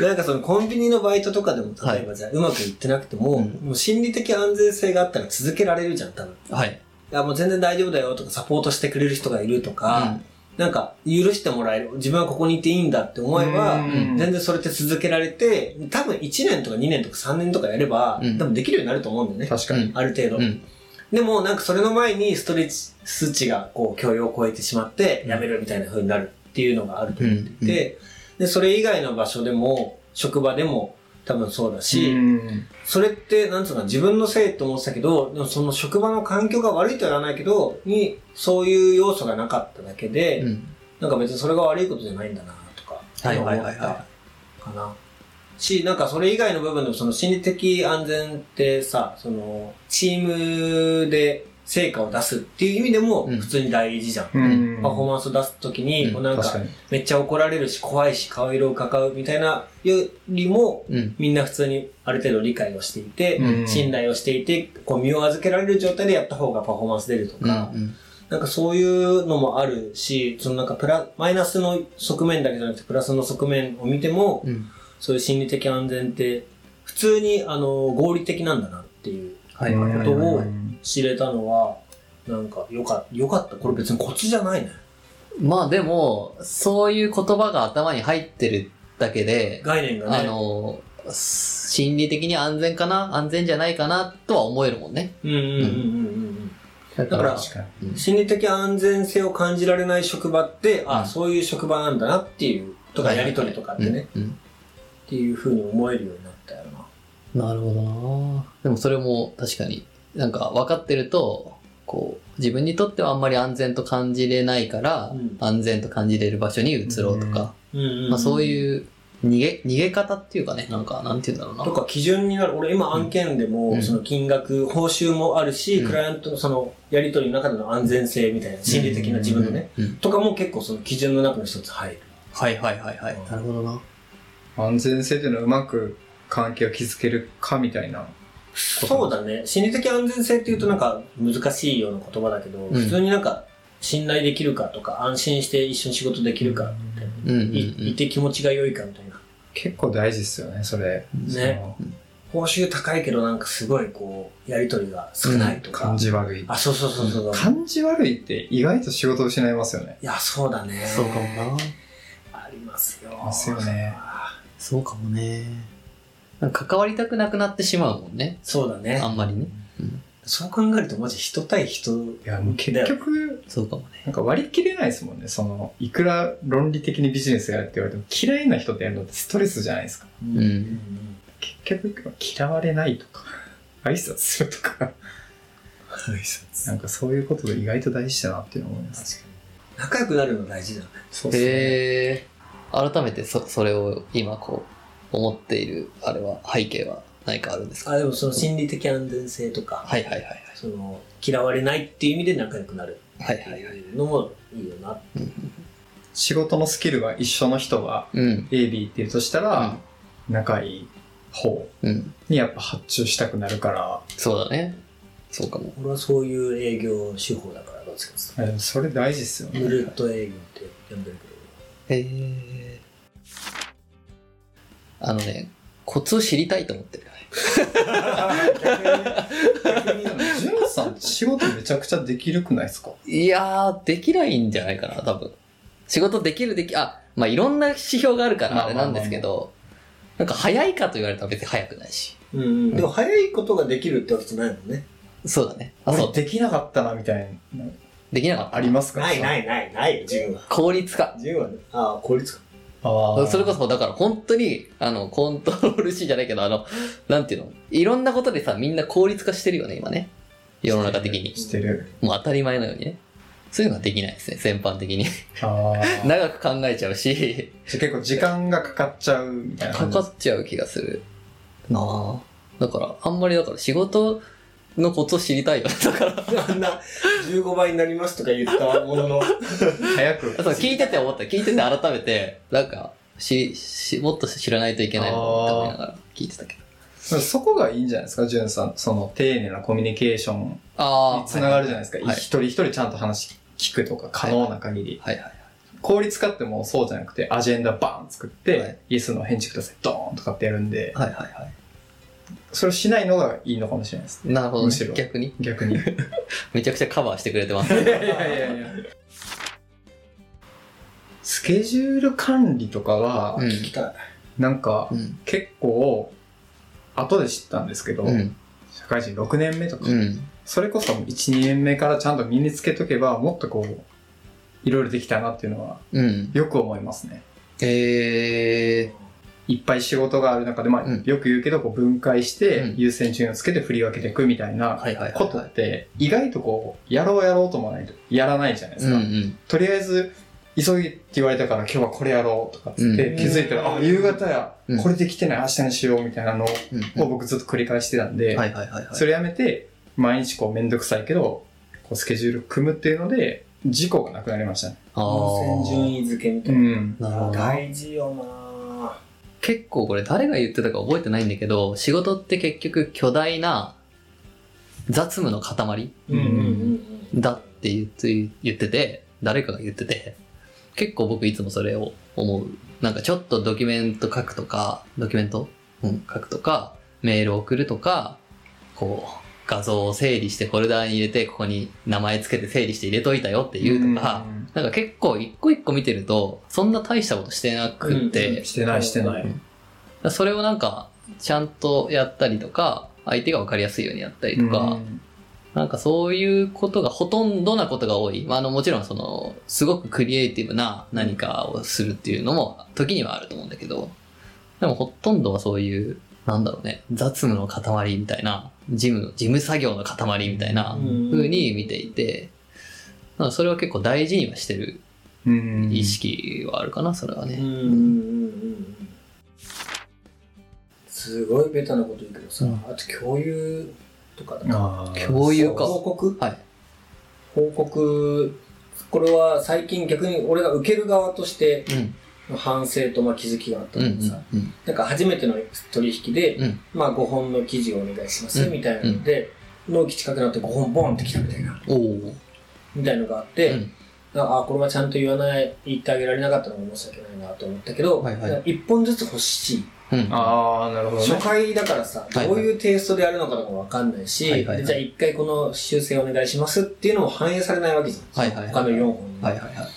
[SPEAKER 3] なんかそのコンビニのバイトとかでも、
[SPEAKER 2] はい
[SPEAKER 3] 例えばじゃあうまくいってなくても、
[SPEAKER 2] うん
[SPEAKER 3] もう心理的安全性があったら続けられるじゃん、多分。
[SPEAKER 2] はい。
[SPEAKER 3] いや、もう全然大丈夫だよとか、サポートしてくれる人がいると
[SPEAKER 2] う
[SPEAKER 3] か、
[SPEAKER 2] ん
[SPEAKER 3] なんか許してもらえる、自分はここにいていいんだって思えば、
[SPEAKER 1] うん
[SPEAKER 3] 全然それって続けられて、多分1年とか2年とか3年とかやれば、
[SPEAKER 2] うん
[SPEAKER 3] 多分できるようになると思うんだよね。
[SPEAKER 1] 確かに。
[SPEAKER 3] ある程度。
[SPEAKER 2] うん。
[SPEAKER 3] でも、なんかそれの前にストレッチ数値がこう、許容を超えてしまって、やめるみたいな風になるっていうのがあると
[SPEAKER 2] う
[SPEAKER 3] 思っ
[SPEAKER 2] ん。
[SPEAKER 3] て、で、それ以外の場所でも、職場でも多分そうだし、
[SPEAKER 1] うん
[SPEAKER 3] それって、なんつうの、自分のせいと思ってたけど、でもその職場の環境が悪いとは言わないけど、に、そういう要素がなかっただけで、
[SPEAKER 2] うん。
[SPEAKER 3] なんか別にそれが悪いことじゃないんだな、とか、
[SPEAKER 2] はいはいはいは
[SPEAKER 3] かな。し、なんかそれ以外の部分でもその心理的安全ってさ、その、チームで成果を出すっていう意味でも、
[SPEAKER 2] うん
[SPEAKER 3] 普通に大事じゃん。
[SPEAKER 1] うん
[SPEAKER 3] パフォーマンスを出すときに、
[SPEAKER 2] うん
[SPEAKER 3] こうなん
[SPEAKER 1] 確か
[SPEAKER 3] か、
[SPEAKER 1] に。
[SPEAKER 3] めっちゃ怒られるし、怖いし、顔色をかかうみたいなよりも、
[SPEAKER 2] い。うん。
[SPEAKER 3] みんな普通にある程度理解をしていて、
[SPEAKER 1] うん
[SPEAKER 3] 信頼をしていて、こう身を預けられる状態でやった方がパフォーマンス出ると
[SPEAKER 2] うん。う
[SPEAKER 3] か、
[SPEAKER 2] ん
[SPEAKER 3] なんかそういうのもあるし、そのなんかプラ、マイナスの側面だけじゃなくてプラスの側面を見ても、
[SPEAKER 2] うん。
[SPEAKER 3] そういう心理的安全って、普通にあの合理的なんだなっていう
[SPEAKER 2] はいはいはい。
[SPEAKER 3] ことを知れたのは、なんかよかよかった。これ別にコツじゃないね。
[SPEAKER 2] まあでも、そういう言葉が頭に入ってるだけで、
[SPEAKER 3] 概念がね。
[SPEAKER 2] あの、心理的に安全かな安全じゃないかなとは思えるもんね。
[SPEAKER 3] うんうんうんうんうん
[SPEAKER 2] だ
[SPEAKER 3] か
[SPEAKER 2] からら、
[SPEAKER 1] 確かに。
[SPEAKER 3] うん。心理的安全性を感じられない職場って、
[SPEAKER 2] う
[SPEAKER 3] あ、
[SPEAKER 2] ん
[SPEAKER 3] そういう職場なんだなっていう、とかやりとりとかってね。
[SPEAKER 2] うん。うん
[SPEAKER 3] っていうふうに思えるようになったよな。
[SPEAKER 2] なるほどなでもそれも確かになんか分かってると、こう、自分にとってはあんまり安全と感じれないから、
[SPEAKER 3] うん
[SPEAKER 2] 安全と感じれる場所に移ろうとか、
[SPEAKER 3] うん
[SPEAKER 2] まあそう
[SPEAKER 3] う。
[SPEAKER 2] いう逃げ、逃げ方っていうかね、なんか、なんて言うんだろう
[SPEAKER 3] と
[SPEAKER 2] な。
[SPEAKER 3] か基準になる。俺今案件でも、
[SPEAKER 2] うん
[SPEAKER 3] その金額、報酬もあるし、
[SPEAKER 2] うん
[SPEAKER 3] クライアントのそのやり取りの中での安全性みたいな、心理的な自分のね。
[SPEAKER 2] うん。うん
[SPEAKER 3] とかも結構その基準の中の一つ入る。
[SPEAKER 2] はいはいはいはい。なるほどな。
[SPEAKER 1] 安全性というのはうまく関係を築けるかみたいな。
[SPEAKER 3] そうだね。心理的安全性っていうとなんか難しいような言葉だけど、
[SPEAKER 2] ん
[SPEAKER 3] 普通になんか信頼できるかとか、安心して一緒に仕事できるかみたいな。
[SPEAKER 2] うんうんう
[SPEAKER 3] いい
[SPEAKER 2] ん。
[SPEAKER 3] て気持ちが良いかみたいな。
[SPEAKER 1] 結構大事ですよね、それ。
[SPEAKER 3] ね報酬高いけどなんかすごいこう、やり取りが少ないと
[SPEAKER 1] その
[SPEAKER 3] か。
[SPEAKER 1] 感じ悪い。
[SPEAKER 3] あ、そうそうそうそう。
[SPEAKER 1] 感じ悪いって意外と仕事を失いますよね。
[SPEAKER 3] いや、そうだね。
[SPEAKER 2] そうかもな。
[SPEAKER 3] ありますよ。
[SPEAKER 1] ますよね。
[SPEAKER 2] そうかもね。なんか関わりたくなくなってしまうもんね。
[SPEAKER 3] そうだね
[SPEAKER 2] あ。んまりね。
[SPEAKER 3] そう考えると、マジ人対人。
[SPEAKER 1] いや、もう結局、
[SPEAKER 2] そうかもね。
[SPEAKER 1] なんか割り切れないですもんね。その、いくら論理的にビジネスやるって言われても嫌いな人とやるのってストレスじゃないですか。
[SPEAKER 3] う
[SPEAKER 2] うん。
[SPEAKER 3] うんん
[SPEAKER 1] 結局、嫌われないとか、 <laughs> 挨拶するとか、 <laughs> なんかそういうことが意外と大事だなっていうのを思います。
[SPEAKER 3] 仲良くなるの大事だね。
[SPEAKER 1] そうっすね
[SPEAKER 2] へえ改めてそそれを今こう思っているあれは背景は何かあるんですか
[SPEAKER 3] あ、でもその心理的安全性とか、
[SPEAKER 2] はいはいはい
[SPEAKER 3] その嫌われないっていう意味で仲良くなる
[SPEAKER 2] はい
[SPEAKER 3] って
[SPEAKER 2] はいはいはい
[SPEAKER 3] いうのもいいよな。
[SPEAKER 1] 仕事のスキルが一緒の人が
[SPEAKER 2] うん
[SPEAKER 1] A、B っていうとしたら、仲いい方
[SPEAKER 2] うん
[SPEAKER 1] にやっぱ発注したくなるか
[SPEAKER 2] そうだねそうかも
[SPEAKER 3] 俺はそういう営業手法だから、どっちかって
[SPEAKER 1] ら、えそれ大事ですよ
[SPEAKER 3] いうと。ぬ
[SPEAKER 1] ね。
[SPEAKER 3] るっと営業って呼んでるけど。
[SPEAKER 2] へえあのねコツを知りたいと思ってるよね
[SPEAKER 1] ジュンさん仕事めちゃくちゃできるくないですか
[SPEAKER 2] いやーできないんじゃないかな多分仕事できるできあまあいろんな指標があるか
[SPEAKER 1] ま
[SPEAKER 2] ら
[SPEAKER 1] あ
[SPEAKER 2] あれなんですけどなんか早いかと言われたら別に早くないし
[SPEAKER 3] うんうん。でも早いことができるってわけじゃないもんね。
[SPEAKER 2] そうだねあそ
[SPEAKER 1] 俺
[SPEAKER 2] う
[SPEAKER 1] できなかったなみたいなの
[SPEAKER 2] できなかった
[SPEAKER 1] ありますかい。
[SPEAKER 3] いないない、自分は。
[SPEAKER 2] 効率化
[SPEAKER 3] 自分はね。ああ、効率か。
[SPEAKER 1] あー
[SPEAKER 2] それこそ、だから本当に、あの、コントロールしじゃないけど、あの、なんていうのいろんなことでさ、みんな効率化してるよね、今ね。世の中的に。
[SPEAKER 1] してる。
[SPEAKER 2] もう当たり前のようにね。そういうのはできないですね、全般的に。 <laughs>
[SPEAKER 1] ああ。
[SPEAKER 2] 長く考えちゃうし、
[SPEAKER 1] じゃあ結構時間がかかっちゃうみたいな
[SPEAKER 2] か
[SPEAKER 1] 感じ
[SPEAKER 2] か。っちゃう気がする。なあだから、あんまりだから仕事のコツを知りたいよね。だから、 <laughs>
[SPEAKER 3] あんな15倍になりますとか言ったも
[SPEAKER 1] <laughs>
[SPEAKER 3] のの。
[SPEAKER 1] 早く。
[SPEAKER 2] そう聞いてて思った。聞いてて改めて、なんか、し、し、もっと知らないといけないのって思いながら聞いてたけど。
[SPEAKER 1] そこがいいんじゃないですか、ジュンさん。その、丁寧なコミュニケーションに
[SPEAKER 2] ああ。
[SPEAKER 1] つながるじゃないですか。
[SPEAKER 2] はい
[SPEAKER 1] 一人一人ちゃんと話聞くとか、可能な限り。
[SPEAKER 2] はいはい。
[SPEAKER 1] 効率化ってもうそうじゃなくて、アジェンダバーン作って、
[SPEAKER 2] はい
[SPEAKER 1] イエスの返事ください、ドーンとかってやるんで、
[SPEAKER 2] はいはいは
[SPEAKER 1] それをしないのがいいのかもしれないですね。
[SPEAKER 2] い。なるほど、
[SPEAKER 1] む
[SPEAKER 2] ね
[SPEAKER 1] しろ。
[SPEAKER 2] 逆に。
[SPEAKER 1] 逆に。い
[SPEAKER 2] めちゃくちゃカバーしてくれ
[SPEAKER 1] <laughs>
[SPEAKER 2] てます。
[SPEAKER 1] やいやいやスケジュール管理とかは、
[SPEAKER 2] うん
[SPEAKER 3] 聞きたい。
[SPEAKER 1] なんか、
[SPEAKER 2] うん。
[SPEAKER 1] 結構、後で知ったんですけど、
[SPEAKER 2] うん。
[SPEAKER 1] 社会人6年目とか、
[SPEAKER 2] うん。
[SPEAKER 1] それこそ1、2年目からちゃんと身につけとけば、もっとこう、いろいろできたなっていうのは、
[SPEAKER 2] うん。
[SPEAKER 1] よく思いますね。
[SPEAKER 2] えー。
[SPEAKER 1] いっぱい仕事がある中で、まあ、
[SPEAKER 2] うん
[SPEAKER 1] よく言うけど、こう分解して
[SPEAKER 2] う、ん
[SPEAKER 1] 優先順位をつけて振り分けていくみたいな
[SPEAKER 2] はいはいはい、はい。
[SPEAKER 1] ことって、意外とこう、やろうやろうともないと、やらないじゃないです
[SPEAKER 2] うん
[SPEAKER 1] か。
[SPEAKER 2] うん。
[SPEAKER 1] とりあえず、急ぎって言われたから今日はこれやろうとかっつっ
[SPEAKER 2] う
[SPEAKER 1] て
[SPEAKER 3] ん
[SPEAKER 1] 気づいたら、
[SPEAKER 3] う
[SPEAKER 1] あ、
[SPEAKER 3] ん
[SPEAKER 1] 夕方や
[SPEAKER 2] うん、
[SPEAKER 1] これできてない、明日にしようみたいなのを
[SPEAKER 2] うん
[SPEAKER 1] を僕ずっと繰り返してたんで、
[SPEAKER 2] はいはいはいはい。
[SPEAKER 1] それやめて、毎日こうめんどくさいけど、こうスケジュール組むっていうので、事故がなくなりましたね。
[SPEAKER 2] あ
[SPEAKER 3] 優先順位付けみた
[SPEAKER 1] う
[SPEAKER 3] いな。
[SPEAKER 1] ん。
[SPEAKER 2] ーなるほどな。
[SPEAKER 3] 大事よなぁ
[SPEAKER 2] 結構これ誰が言ってたか覚えてないんだけど、仕事って結局巨大な雑務の塊
[SPEAKER 1] うんうん
[SPEAKER 3] うん
[SPEAKER 2] だって言って言ってて、誰かが言ってて、結構僕いつもそれを思う。なんかちょっとドキュメント書くとか、ドキュメント、うん、書くとか、メール送るとか、こう、画像を整理してフォルダーに入れて、ここに名前つけて整理して入れといたよっていうとか、なんか結構一個一個見てると、そんな大したことしてなくって、
[SPEAKER 3] うん
[SPEAKER 1] うんしてないしてない。
[SPEAKER 2] だからそれをなんか、ちゃんとやったりとか、相手が分かりやすいようにやったりとか、
[SPEAKER 1] うん
[SPEAKER 2] なんかそういうことがほとんどなことが多い。まあ、あの、もちろんその、すごくクリエイティブな何かをするっていうのも、時にはあると思うんだけど、でもほとんどはそういう、なんだろうね、雑務の塊みたいな、事務、事務作業の塊みたいな
[SPEAKER 3] うん
[SPEAKER 2] 風に見ていて、なんかそれは結構大事にはしてる
[SPEAKER 1] うん
[SPEAKER 2] 意識はあるかな、それは
[SPEAKER 3] うんう
[SPEAKER 2] ね。
[SPEAKER 3] んうんうんすごいベタなこと言うけどさ、
[SPEAKER 2] うん
[SPEAKER 3] あと共有とかだな
[SPEAKER 1] あー
[SPEAKER 2] 共有か。
[SPEAKER 3] 報告
[SPEAKER 2] はい。
[SPEAKER 3] 報告これは最近逆に俺が受ける側として
[SPEAKER 2] うん。
[SPEAKER 3] の反省とまあ気づきがあった
[SPEAKER 2] うん。う
[SPEAKER 3] のでさ、
[SPEAKER 2] ん。うん
[SPEAKER 3] なんか初めての取引で、
[SPEAKER 2] うん
[SPEAKER 3] まあ5本の記事をお願いします
[SPEAKER 2] うん
[SPEAKER 3] みたいなので、納期近くなって5本ボンってきたみたいな、
[SPEAKER 2] おお。
[SPEAKER 3] みたいのがあっ
[SPEAKER 2] う
[SPEAKER 3] て、
[SPEAKER 2] ん。
[SPEAKER 3] ああ、これはちゃんと言わない、言ってあげられなかったのが申し訳ないなと思ったけど、
[SPEAKER 2] はいはい
[SPEAKER 3] 1本ずつ欲しい。
[SPEAKER 2] うん。
[SPEAKER 1] あー、なるほどね
[SPEAKER 3] 初。回だからさ、
[SPEAKER 2] はいはい
[SPEAKER 3] どういうテイストでやるのかとかわかんないし、
[SPEAKER 2] はいはいはい
[SPEAKER 3] でじゃあ1回この修正お願いしますっていうのも反映されないわけじゃん。
[SPEAKER 2] はいはいはい
[SPEAKER 3] 他の4本に、
[SPEAKER 2] はいはいはい。
[SPEAKER 3] っ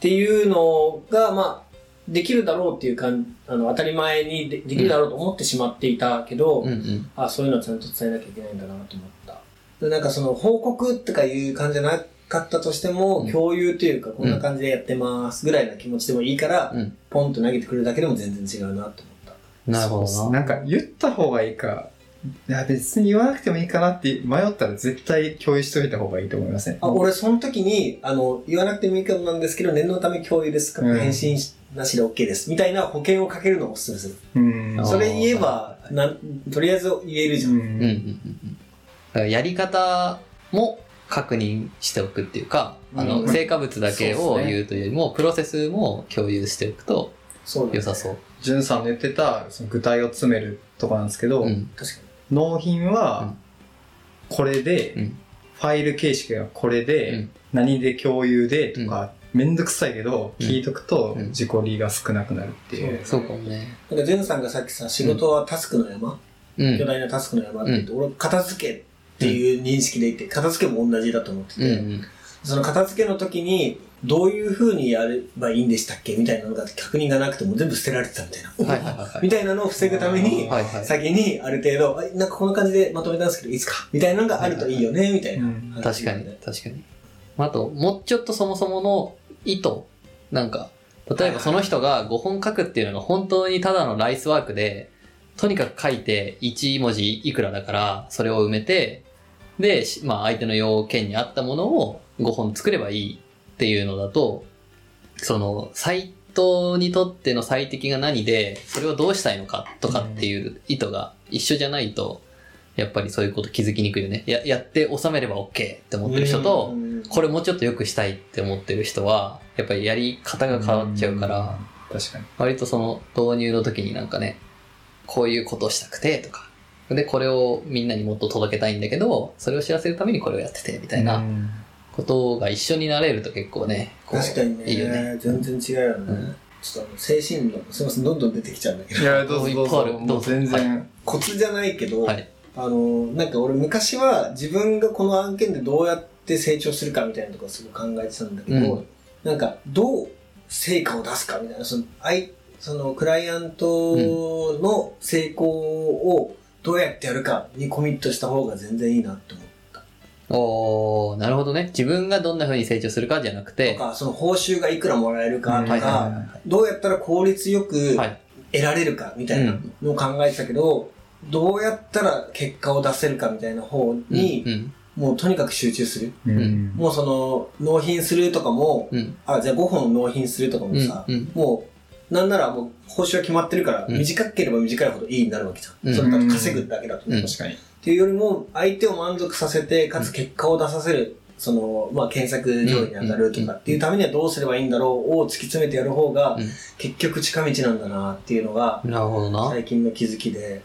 [SPEAKER 3] ていうのが、まあ、できるだろうっていうかんあの当たり前にでできるだろうと思ってしまっていたけど、
[SPEAKER 2] うんうん。
[SPEAKER 3] あそういうのちゃんと伝えなきゃいけないんだなと思った。でなんかその報告とかいう感じじゃなかったとしても、
[SPEAKER 2] うん
[SPEAKER 3] 共有というかこんな感じでやってますぐらいな気持ちでもいいから、
[SPEAKER 2] うん
[SPEAKER 3] ポンと投げてくるだけでも全然違うなと思った。
[SPEAKER 2] なるほ
[SPEAKER 1] そ
[SPEAKER 2] ど
[SPEAKER 1] う
[SPEAKER 2] な。
[SPEAKER 1] なんか言った方がいいか、いや別に言わなくてもいいかなって迷ったら絶対共有しといた方がいいと思いますね。
[SPEAKER 3] あ、俺その時に、あの、言わなくてもいいかもなんですけど、念のため共有ですか、
[SPEAKER 1] うん
[SPEAKER 3] 返信なしで OK です。みたいな保険をかけるのをお勧めする。
[SPEAKER 1] うん。
[SPEAKER 2] あー
[SPEAKER 3] それ言えば、なんとりあえず言えるじゃ。
[SPEAKER 1] うん
[SPEAKER 2] う
[SPEAKER 1] ん
[SPEAKER 2] んうんうんうん。だからやり方も確認しておくっていうか、あ
[SPEAKER 3] う
[SPEAKER 2] の、
[SPEAKER 3] ん
[SPEAKER 2] 成果物だけ
[SPEAKER 3] そう
[SPEAKER 2] を
[SPEAKER 3] ですね
[SPEAKER 2] 言うというよりも、プロセスも共有しておくと
[SPEAKER 3] そうだ、ね。
[SPEAKER 2] 良さそう。
[SPEAKER 1] ジュンさんの言ってた、その具体を詰めるとこなんですけど、
[SPEAKER 2] うん。
[SPEAKER 3] 確か
[SPEAKER 1] 納品は、これで、
[SPEAKER 2] うん
[SPEAKER 1] ファイル形式がこれで、
[SPEAKER 2] うん
[SPEAKER 1] 何で共有でとか、めんどくさいけど、
[SPEAKER 2] うん
[SPEAKER 1] 聞いとくと
[SPEAKER 2] うん、
[SPEAKER 1] 自己利が少なくなるっていう。
[SPEAKER 3] ん
[SPEAKER 2] そうかもね。
[SPEAKER 3] に。なんか、ジュンさんがさっきさ、仕事はタスクの山、
[SPEAKER 2] う
[SPEAKER 3] 巨
[SPEAKER 2] ん。
[SPEAKER 3] 大なタスクの山って言って、俺、片付けっていう認識でいて、片付けも同じだと思って
[SPEAKER 2] うん
[SPEAKER 3] て、
[SPEAKER 2] うん。
[SPEAKER 3] その片付けの時に、どういう風にやればいいんでしたっけみたいなのが確認がなくても全部捨てられてたみたいな。
[SPEAKER 2] はいはいはいはい
[SPEAKER 3] みたいなのを防ぐために、
[SPEAKER 2] はいはい
[SPEAKER 3] 先にある程度、あなんかこんな感じでまとめたんですけど、いつかみたいなのがあるといいよね、みたいな。
[SPEAKER 1] うん
[SPEAKER 2] 確かに、確かに。まああと、もうちょっとそもそもの意図。なんか、例えばその人が5本書くっていうのが本当にただのライスワークで、とにかく書いて1文字いくらだから、それを埋めて、で、しまあ相手の要件に合ったものを5本作ればいいっていうのだと、その、サイトにとっての最適が何で、それをどうしたいのかとかっていう意図が一緒じゃないと、やっぱりそういうこと気づきにくいよね。ややって収めれば OK って思ってる人と、
[SPEAKER 3] うん
[SPEAKER 2] これもうちょっと良くしたいって思ってる人は、やっぱりやり方が変わっちゃうから、
[SPEAKER 1] 確かに。
[SPEAKER 2] 割とその導入の時になんかね、こういうことをしたくてとか、で、これをみんなにもっと届けたいんだけど、それを知らせるためにこれをやってて、みたいな
[SPEAKER 1] うん
[SPEAKER 2] ことが一緒になれると結構ね、こう
[SPEAKER 3] 確かにね
[SPEAKER 2] いいよね。
[SPEAKER 3] 全然違うよね、
[SPEAKER 2] うん
[SPEAKER 3] ちょっとあの精神論すいませんどんどん出てきちゃうんだけど
[SPEAKER 1] いや、どうぞどう
[SPEAKER 2] いっぱいあ
[SPEAKER 1] ぞ。
[SPEAKER 2] る
[SPEAKER 1] もう全然。
[SPEAKER 3] コツじゃないけど、
[SPEAKER 2] はい。
[SPEAKER 3] あのなんか俺昔は自分がこの案件でどうやって成長するかみたいなとこすごい考えてたんだけど、
[SPEAKER 2] うん
[SPEAKER 3] なんかどう成果を出すかみたいなそのあいそのクライアントの成功をどうやってやるかにコミットした方が全然いいなって思った
[SPEAKER 2] おー、なるほどね。自分がどんな風に成長するかじゃなく
[SPEAKER 3] と
[SPEAKER 2] て、
[SPEAKER 3] かその報酬がいくらもらえるかとか、
[SPEAKER 1] うん
[SPEAKER 2] はいはい
[SPEAKER 3] どうやったら効率よく
[SPEAKER 2] はい。
[SPEAKER 3] 得られるかみたいなのを考えてたけど、どうやったら結果を出せるかみたいな方に、
[SPEAKER 2] うん、
[SPEAKER 3] もうとにかく集中する。
[SPEAKER 1] うんん。
[SPEAKER 3] もうその、納品するとかも、
[SPEAKER 2] うん、うん、
[SPEAKER 3] あ、じゃあ5本納品するとか
[SPEAKER 2] う
[SPEAKER 3] も
[SPEAKER 2] ん
[SPEAKER 3] さ、、
[SPEAKER 2] うん、
[SPEAKER 3] もう、なんならもう報酬は決まってるから、
[SPEAKER 2] うん
[SPEAKER 3] 短ければ短いほどいいになるわけじゃん。
[SPEAKER 2] うん
[SPEAKER 3] それだと稼ぐだけだと、
[SPEAKER 2] うん
[SPEAKER 3] っ
[SPEAKER 1] 確かに。
[SPEAKER 3] ていうよりも、相手を満足させて、かつ結果を出させる、その、まあ、検索上位に当たるとかっていうためにはどうすればいいんだろうを突き詰めてやる方が
[SPEAKER 2] うん、
[SPEAKER 3] 結局近道なんだなっていうのが、
[SPEAKER 2] なるほどな。
[SPEAKER 3] 最近の気づきで、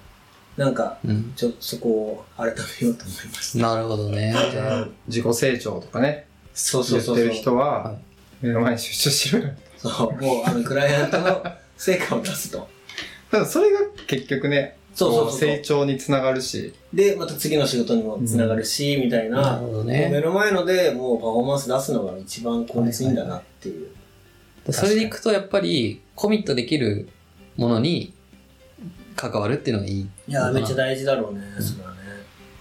[SPEAKER 3] なんか、
[SPEAKER 2] うん。
[SPEAKER 3] ちょっとそこを改めようと思いました。
[SPEAKER 2] なるほどね。
[SPEAKER 1] じゃあ自己成長とかね、
[SPEAKER 3] そうそ
[SPEAKER 1] 言
[SPEAKER 3] う
[SPEAKER 1] っ
[SPEAKER 3] そう
[SPEAKER 1] てる
[SPEAKER 3] そう。
[SPEAKER 1] 人
[SPEAKER 2] は、
[SPEAKER 1] はい目の前に出所し <laughs> ろよ。
[SPEAKER 3] そう、もう、あの、クライアントの成果を出すと。
[SPEAKER 1] ただそれが結局ね、
[SPEAKER 3] そうそう
[SPEAKER 1] こ
[SPEAKER 3] そう
[SPEAKER 1] 成長につながるし、
[SPEAKER 3] で、また次の仕事にもつながるし、みたい
[SPEAKER 2] なる
[SPEAKER 3] な。
[SPEAKER 2] ほど
[SPEAKER 3] もう目
[SPEAKER 2] ね。
[SPEAKER 3] の前ので、もうパフォーマンス出すのが一番効率いいんだなっていう。
[SPEAKER 2] それでいくと、やっぱり、コミットできるものに関わるっていうのがいい。
[SPEAKER 3] いや、めっちゃ大事だろうね、それはね。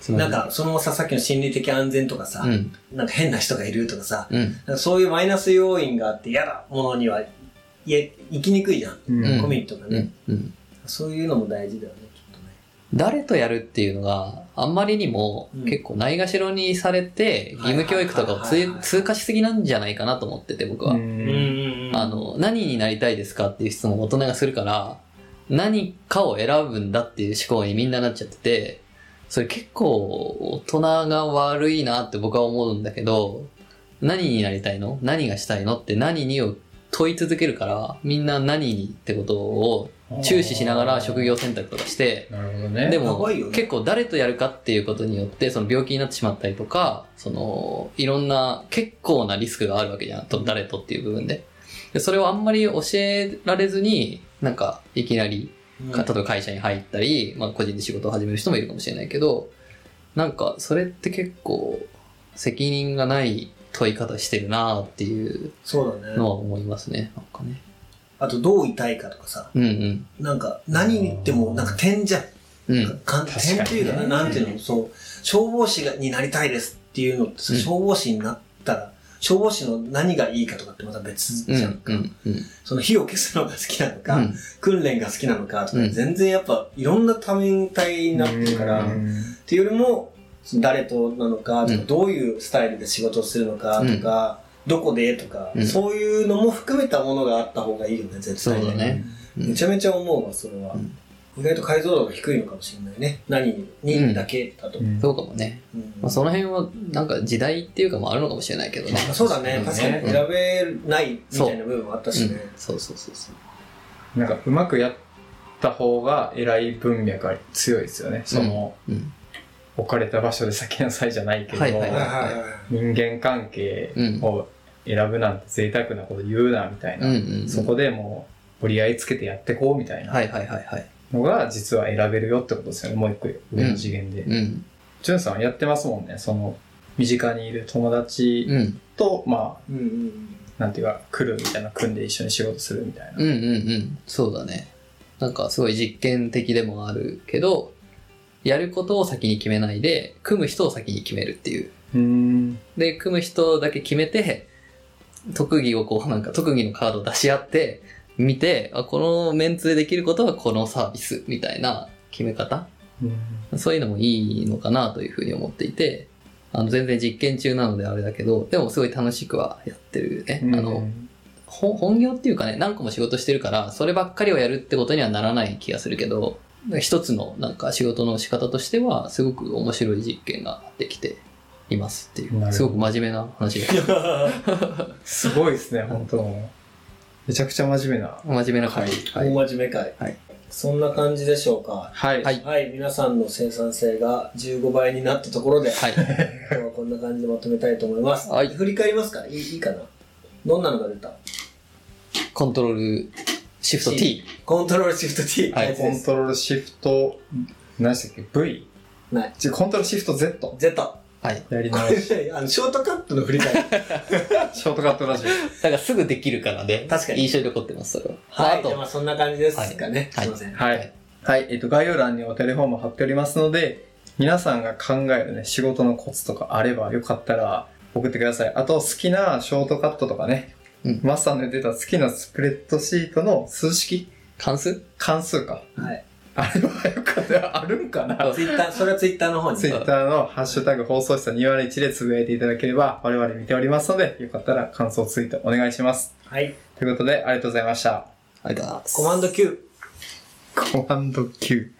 [SPEAKER 2] つま
[SPEAKER 3] な
[SPEAKER 2] り
[SPEAKER 3] ん、か、そのさ、さっきの心理的安全とかさ
[SPEAKER 2] う、ん、
[SPEAKER 3] なんか変な人がいるとかさ、
[SPEAKER 2] うん、
[SPEAKER 3] なんかそういうマイナス要因があって嫌なものには、いえ、行きにくいじゃん。
[SPEAKER 1] うん
[SPEAKER 2] うん
[SPEAKER 3] コミットが
[SPEAKER 2] う
[SPEAKER 3] ね。
[SPEAKER 2] ん、うん。
[SPEAKER 3] そういうのも大事だよね、きっとね。
[SPEAKER 2] 誰とやるっていうのがあんまりにも
[SPEAKER 3] うん
[SPEAKER 2] 結構ないがしろにされて義務教育とかを
[SPEAKER 3] はいはい
[SPEAKER 2] つ
[SPEAKER 3] はいはい
[SPEAKER 2] 通過しすぎなんじゃないかなと思ってて僕は、
[SPEAKER 1] うん
[SPEAKER 2] あの何になりたいですかっていう質問を大人がするから何かを選ぶんだっていう思考にみんななっちゃっててそれ結構大人が悪いなって僕は思うんだけど何になりたいの何がしたいのって何にを問い続けるからみんな何にってことを注視しながら職業選択とかして
[SPEAKER 1] なるほどね。
[SPEAKER 2] で
[SPEAKER 3] や
[SPEAKER 2] も、
[SPEAKER 3] ばいよね
[SPEAKER 2] 結構誰とやるかっていうことによって、その病気になってしまったりとか、その、いろんな結構なリスクがあるわけじゃん。と誰とっていう部分で。でそれをあんまり教えられずに、なんか、いきなり、
[SPEAKER 3] うん
[SPEAKER 2] か例えば会社に入ったり、まあ個人で仕事を始める人もいるかもしれないけど、なんか、それって結構、責任がない問い方してるなっていう
[SPEAKER 3] そうだ
[SPEAKER 2] の
[SPEAKER 3] ね。
[SPEAKER 2] は思いますね。なんかね。
[SPEAKER 3] あと、どう痛いかとかさ、
[SPEAKER 2] うんうん。
[SPEAKER 3] なんか、何に言っても、なんか点じゃん。
[SPEAKER 2] うん。
[SPEAKER 1] 確か
[SPEAKER 3] か
[SPEAKER 1] に
[SPEAKER 3] 点っていうかね、なんていうの、そう、消防士がになりたいですっていうのってさ、
[SPEAKER 2] うん
[SPEAKER 3] 消防士になったら、消防士の何がいいかとかってまた別
[SPEAKER 2] うん。
[SPEAKER 3] じ
[SPEAKER 2] う
[SPEAKER 3] ゃんか。
[SPEAKER 2] ん。うん。
[SPEAKER 3] その火を消すのが好きなのか、
[SPEAKER 2] うん
[SPEAKER 3] 訓練が好きなのかとか、
[SPEAKER 2] うん
[SPEAKER 3] 全然やっぱ、いろんな多面体になってるから、
[SPEAKER 1] うん
[SPEAKER 3] っていうよりも、その誰となのかとか、
[SPEAKER 2] うん
[SPEAKER 3] どういうスタイルで仕事をするのかとか、どこでとか、
[SPEAKER 2] うん
[SPEAKER 3] そういうのも含めたものがあった方がいいよね、絶対
[SPEAKER 2] そうだねうん
[SPEAKER 3] めちゃめちゃ思うわ、それは。
[SPEAKER 2] うん
[SPEAKER 3] 意外と解像度が低いのかもしれないね。何人だけだと。
[SPEAKER 1] うん
[SPEAKER 2] そうかもね。
[SPEAKER 3] うん
[SPEAKER 2] まあ、その辺はなんか時代っていうかもあるのかもしれないけどね。
[SPEAKER 3] あそうだね、確かに
[SPEAKER 2] うん
[SPEAKER 3] 選べないみたいな部分もあったしね。
[SPEAKER 2] そうそうそうそう。
[SPEAKER 1] なんか、うまくやった方が偉い文脈は強いですよね。その、
[SPEAKER 2] うん。
[SPEAKER 1] 置かれた場所で咲きなさいじゃないけど、
[SPEAKER 2] はいはい
[SPEAKER 3] はいはいはい
[SPEAKER 1] 人間関係
[SPEAKER 2] うん。
[SPEAKER 1] を選ぶなんて贅沢なこと言うな、みたいな。
[SPEAKER 2] うんうんうん。
[SPEAKER 1] そこでもう、折り合いつけてやってこう、みたいな
[SPEAKER 2] はいはいはいはい。
[SPEAKER 1] のが、実は選べるよってことですよね。もう一個上の次元で。
[SPEAKER 2] うん。
[SPEAKER 1] ジュンさんはやってますもんね。その、身近にいる友達
[SPEAKER 2] うん。
[SPEAKER 1] と、まあ、
[SPEAKER 3] うんうんうん。
[SPEAKER 1] なんていうか、来るみたいな、組んで一緒に仕事するみたいな。
[SPEAKER 2] うんうんうん。そうだね。なんかすごい実験的でもあるけど、やることを先に決めないで、組む人を先に決めるっていう。
[SPEAKER 1] うん。
[SPEAKER 2] で、組む人だけ決めて、特技をこうなんか特技のカードを出し合って、見て、あ、このメンツでできることはこのサービスみたいな決め方そういうのもいいのかなというふうに思っていて、あの全然実験中なのであれだけど、でもすごい楽しくはやってるね。あの、ほ本業っていうかね、何個も仕事してるから、そればっかりをやるってことにはならない気がするけど、一つのなんか仕事の仕方としては、すごく面白い実験ができていますって
[SPEAKER 1] な
[SPEAKER 2] い
[SPEAKER 1] るほ
[SPEAKER 2] う、
[SPEAKER 1] ど
[SPEAKER 2] すごく真面目な話が、
[SPEAKER 1] すごいですね、本当真面目な。
[SPEAKER 2] 真面目な感じ。はい
[SPEAKER 3] 大真面目かい。
[SPEAKER 2] はい
[SPEAKER 3] そんな感じでしょうか。
[SPEAKER 1] はい。
[SPEAKER 2] はい
[SPEAKER 3] はい、皆さんの生産性が15倍になったところで、
[SPEAKER 2] はい。
[SPEAKER 3] 今日はこんな感じでまとめたいと思います。
[SPEAKER 2] はい
[SPEAKER 3] 振り返りますかいいいいかなどんなのが出た
[SPEAKER 2] コントロールシフト T。
[SPEAKER 3] コントロールシフト T
[SPEAKER 2] はい
[SPEAKER 3] のやつ
[SPEAKER 1] コ
[SPEAKER 3] で
[SPEAKER 1] ン
[SPEAKER 3] す。
[SPEAKER 1] トロールシフト、何でしたっけ ?V?
[SPEAKER 3] ない。
[SPEAKER 1] 違うコントロールシフト Z。
[SPEAKER 3] Z。
[SPEAKER 2] はい。
[SPEAKER 1] やり
[SPEAKER 3] こ
[SPEAKER 1] 直し。
[SPEAKER 3] れ、 <laughs> あの、ショートカットの振り返り。
[SPEAKER 1] <laughs> ショートカットラジオ。
[SPEAKER 2] だからすぐできるからね。
[SPEAKER 3] 確かに
[SPEAKER 2] 印象に残ってます、それは。
[SPEAKER 3] はい、
[SPEAKER 2] ま
[SPEAKER 3] で
[SPEAKER 2] あ
[SPEAKER 3] ま
[SPEAKER 2] あ
[SPEAKER 3] あそんな感じですかね。
[SPEAKER 2] はい
[SPEAKER 3] すいません。
[SPEAKER 1] はい。はい。えっと、概要欄にお手レフォームを貼っておりますので、皆さんが考えるね、仕事のコツとかあれば、よかったら送ってください。あと、好きなショートカットとかね、
[SPEAKER 2] うん
[SPEAKER 1] マスターの言ってた好きなスプレッドシートの数式
[SPEAKER 2] と、関数
[SPEAKER 1] 関数か。
[SPEAKER 3] はい。
[SPEAKER 1] あれはよかったら、あるんかな
[SPEAKER 2] あ
[SPEAKER 3] ツイッター、それはツイッターの方に
[SPEAKER 1] ツイ。ッターのハッシュタグ放送室201でつぶやいていただければ我々見ておりますので、よかったら感想ツイートお願いします。
[SPEAKER 3] はい。
[SPEAKER 1] ということで、ありがとうございました。
[SPEAKER 2] あれだ。
[SPEAKER 3] コマンド Q。
[SPEAKER 1] コマンド Q。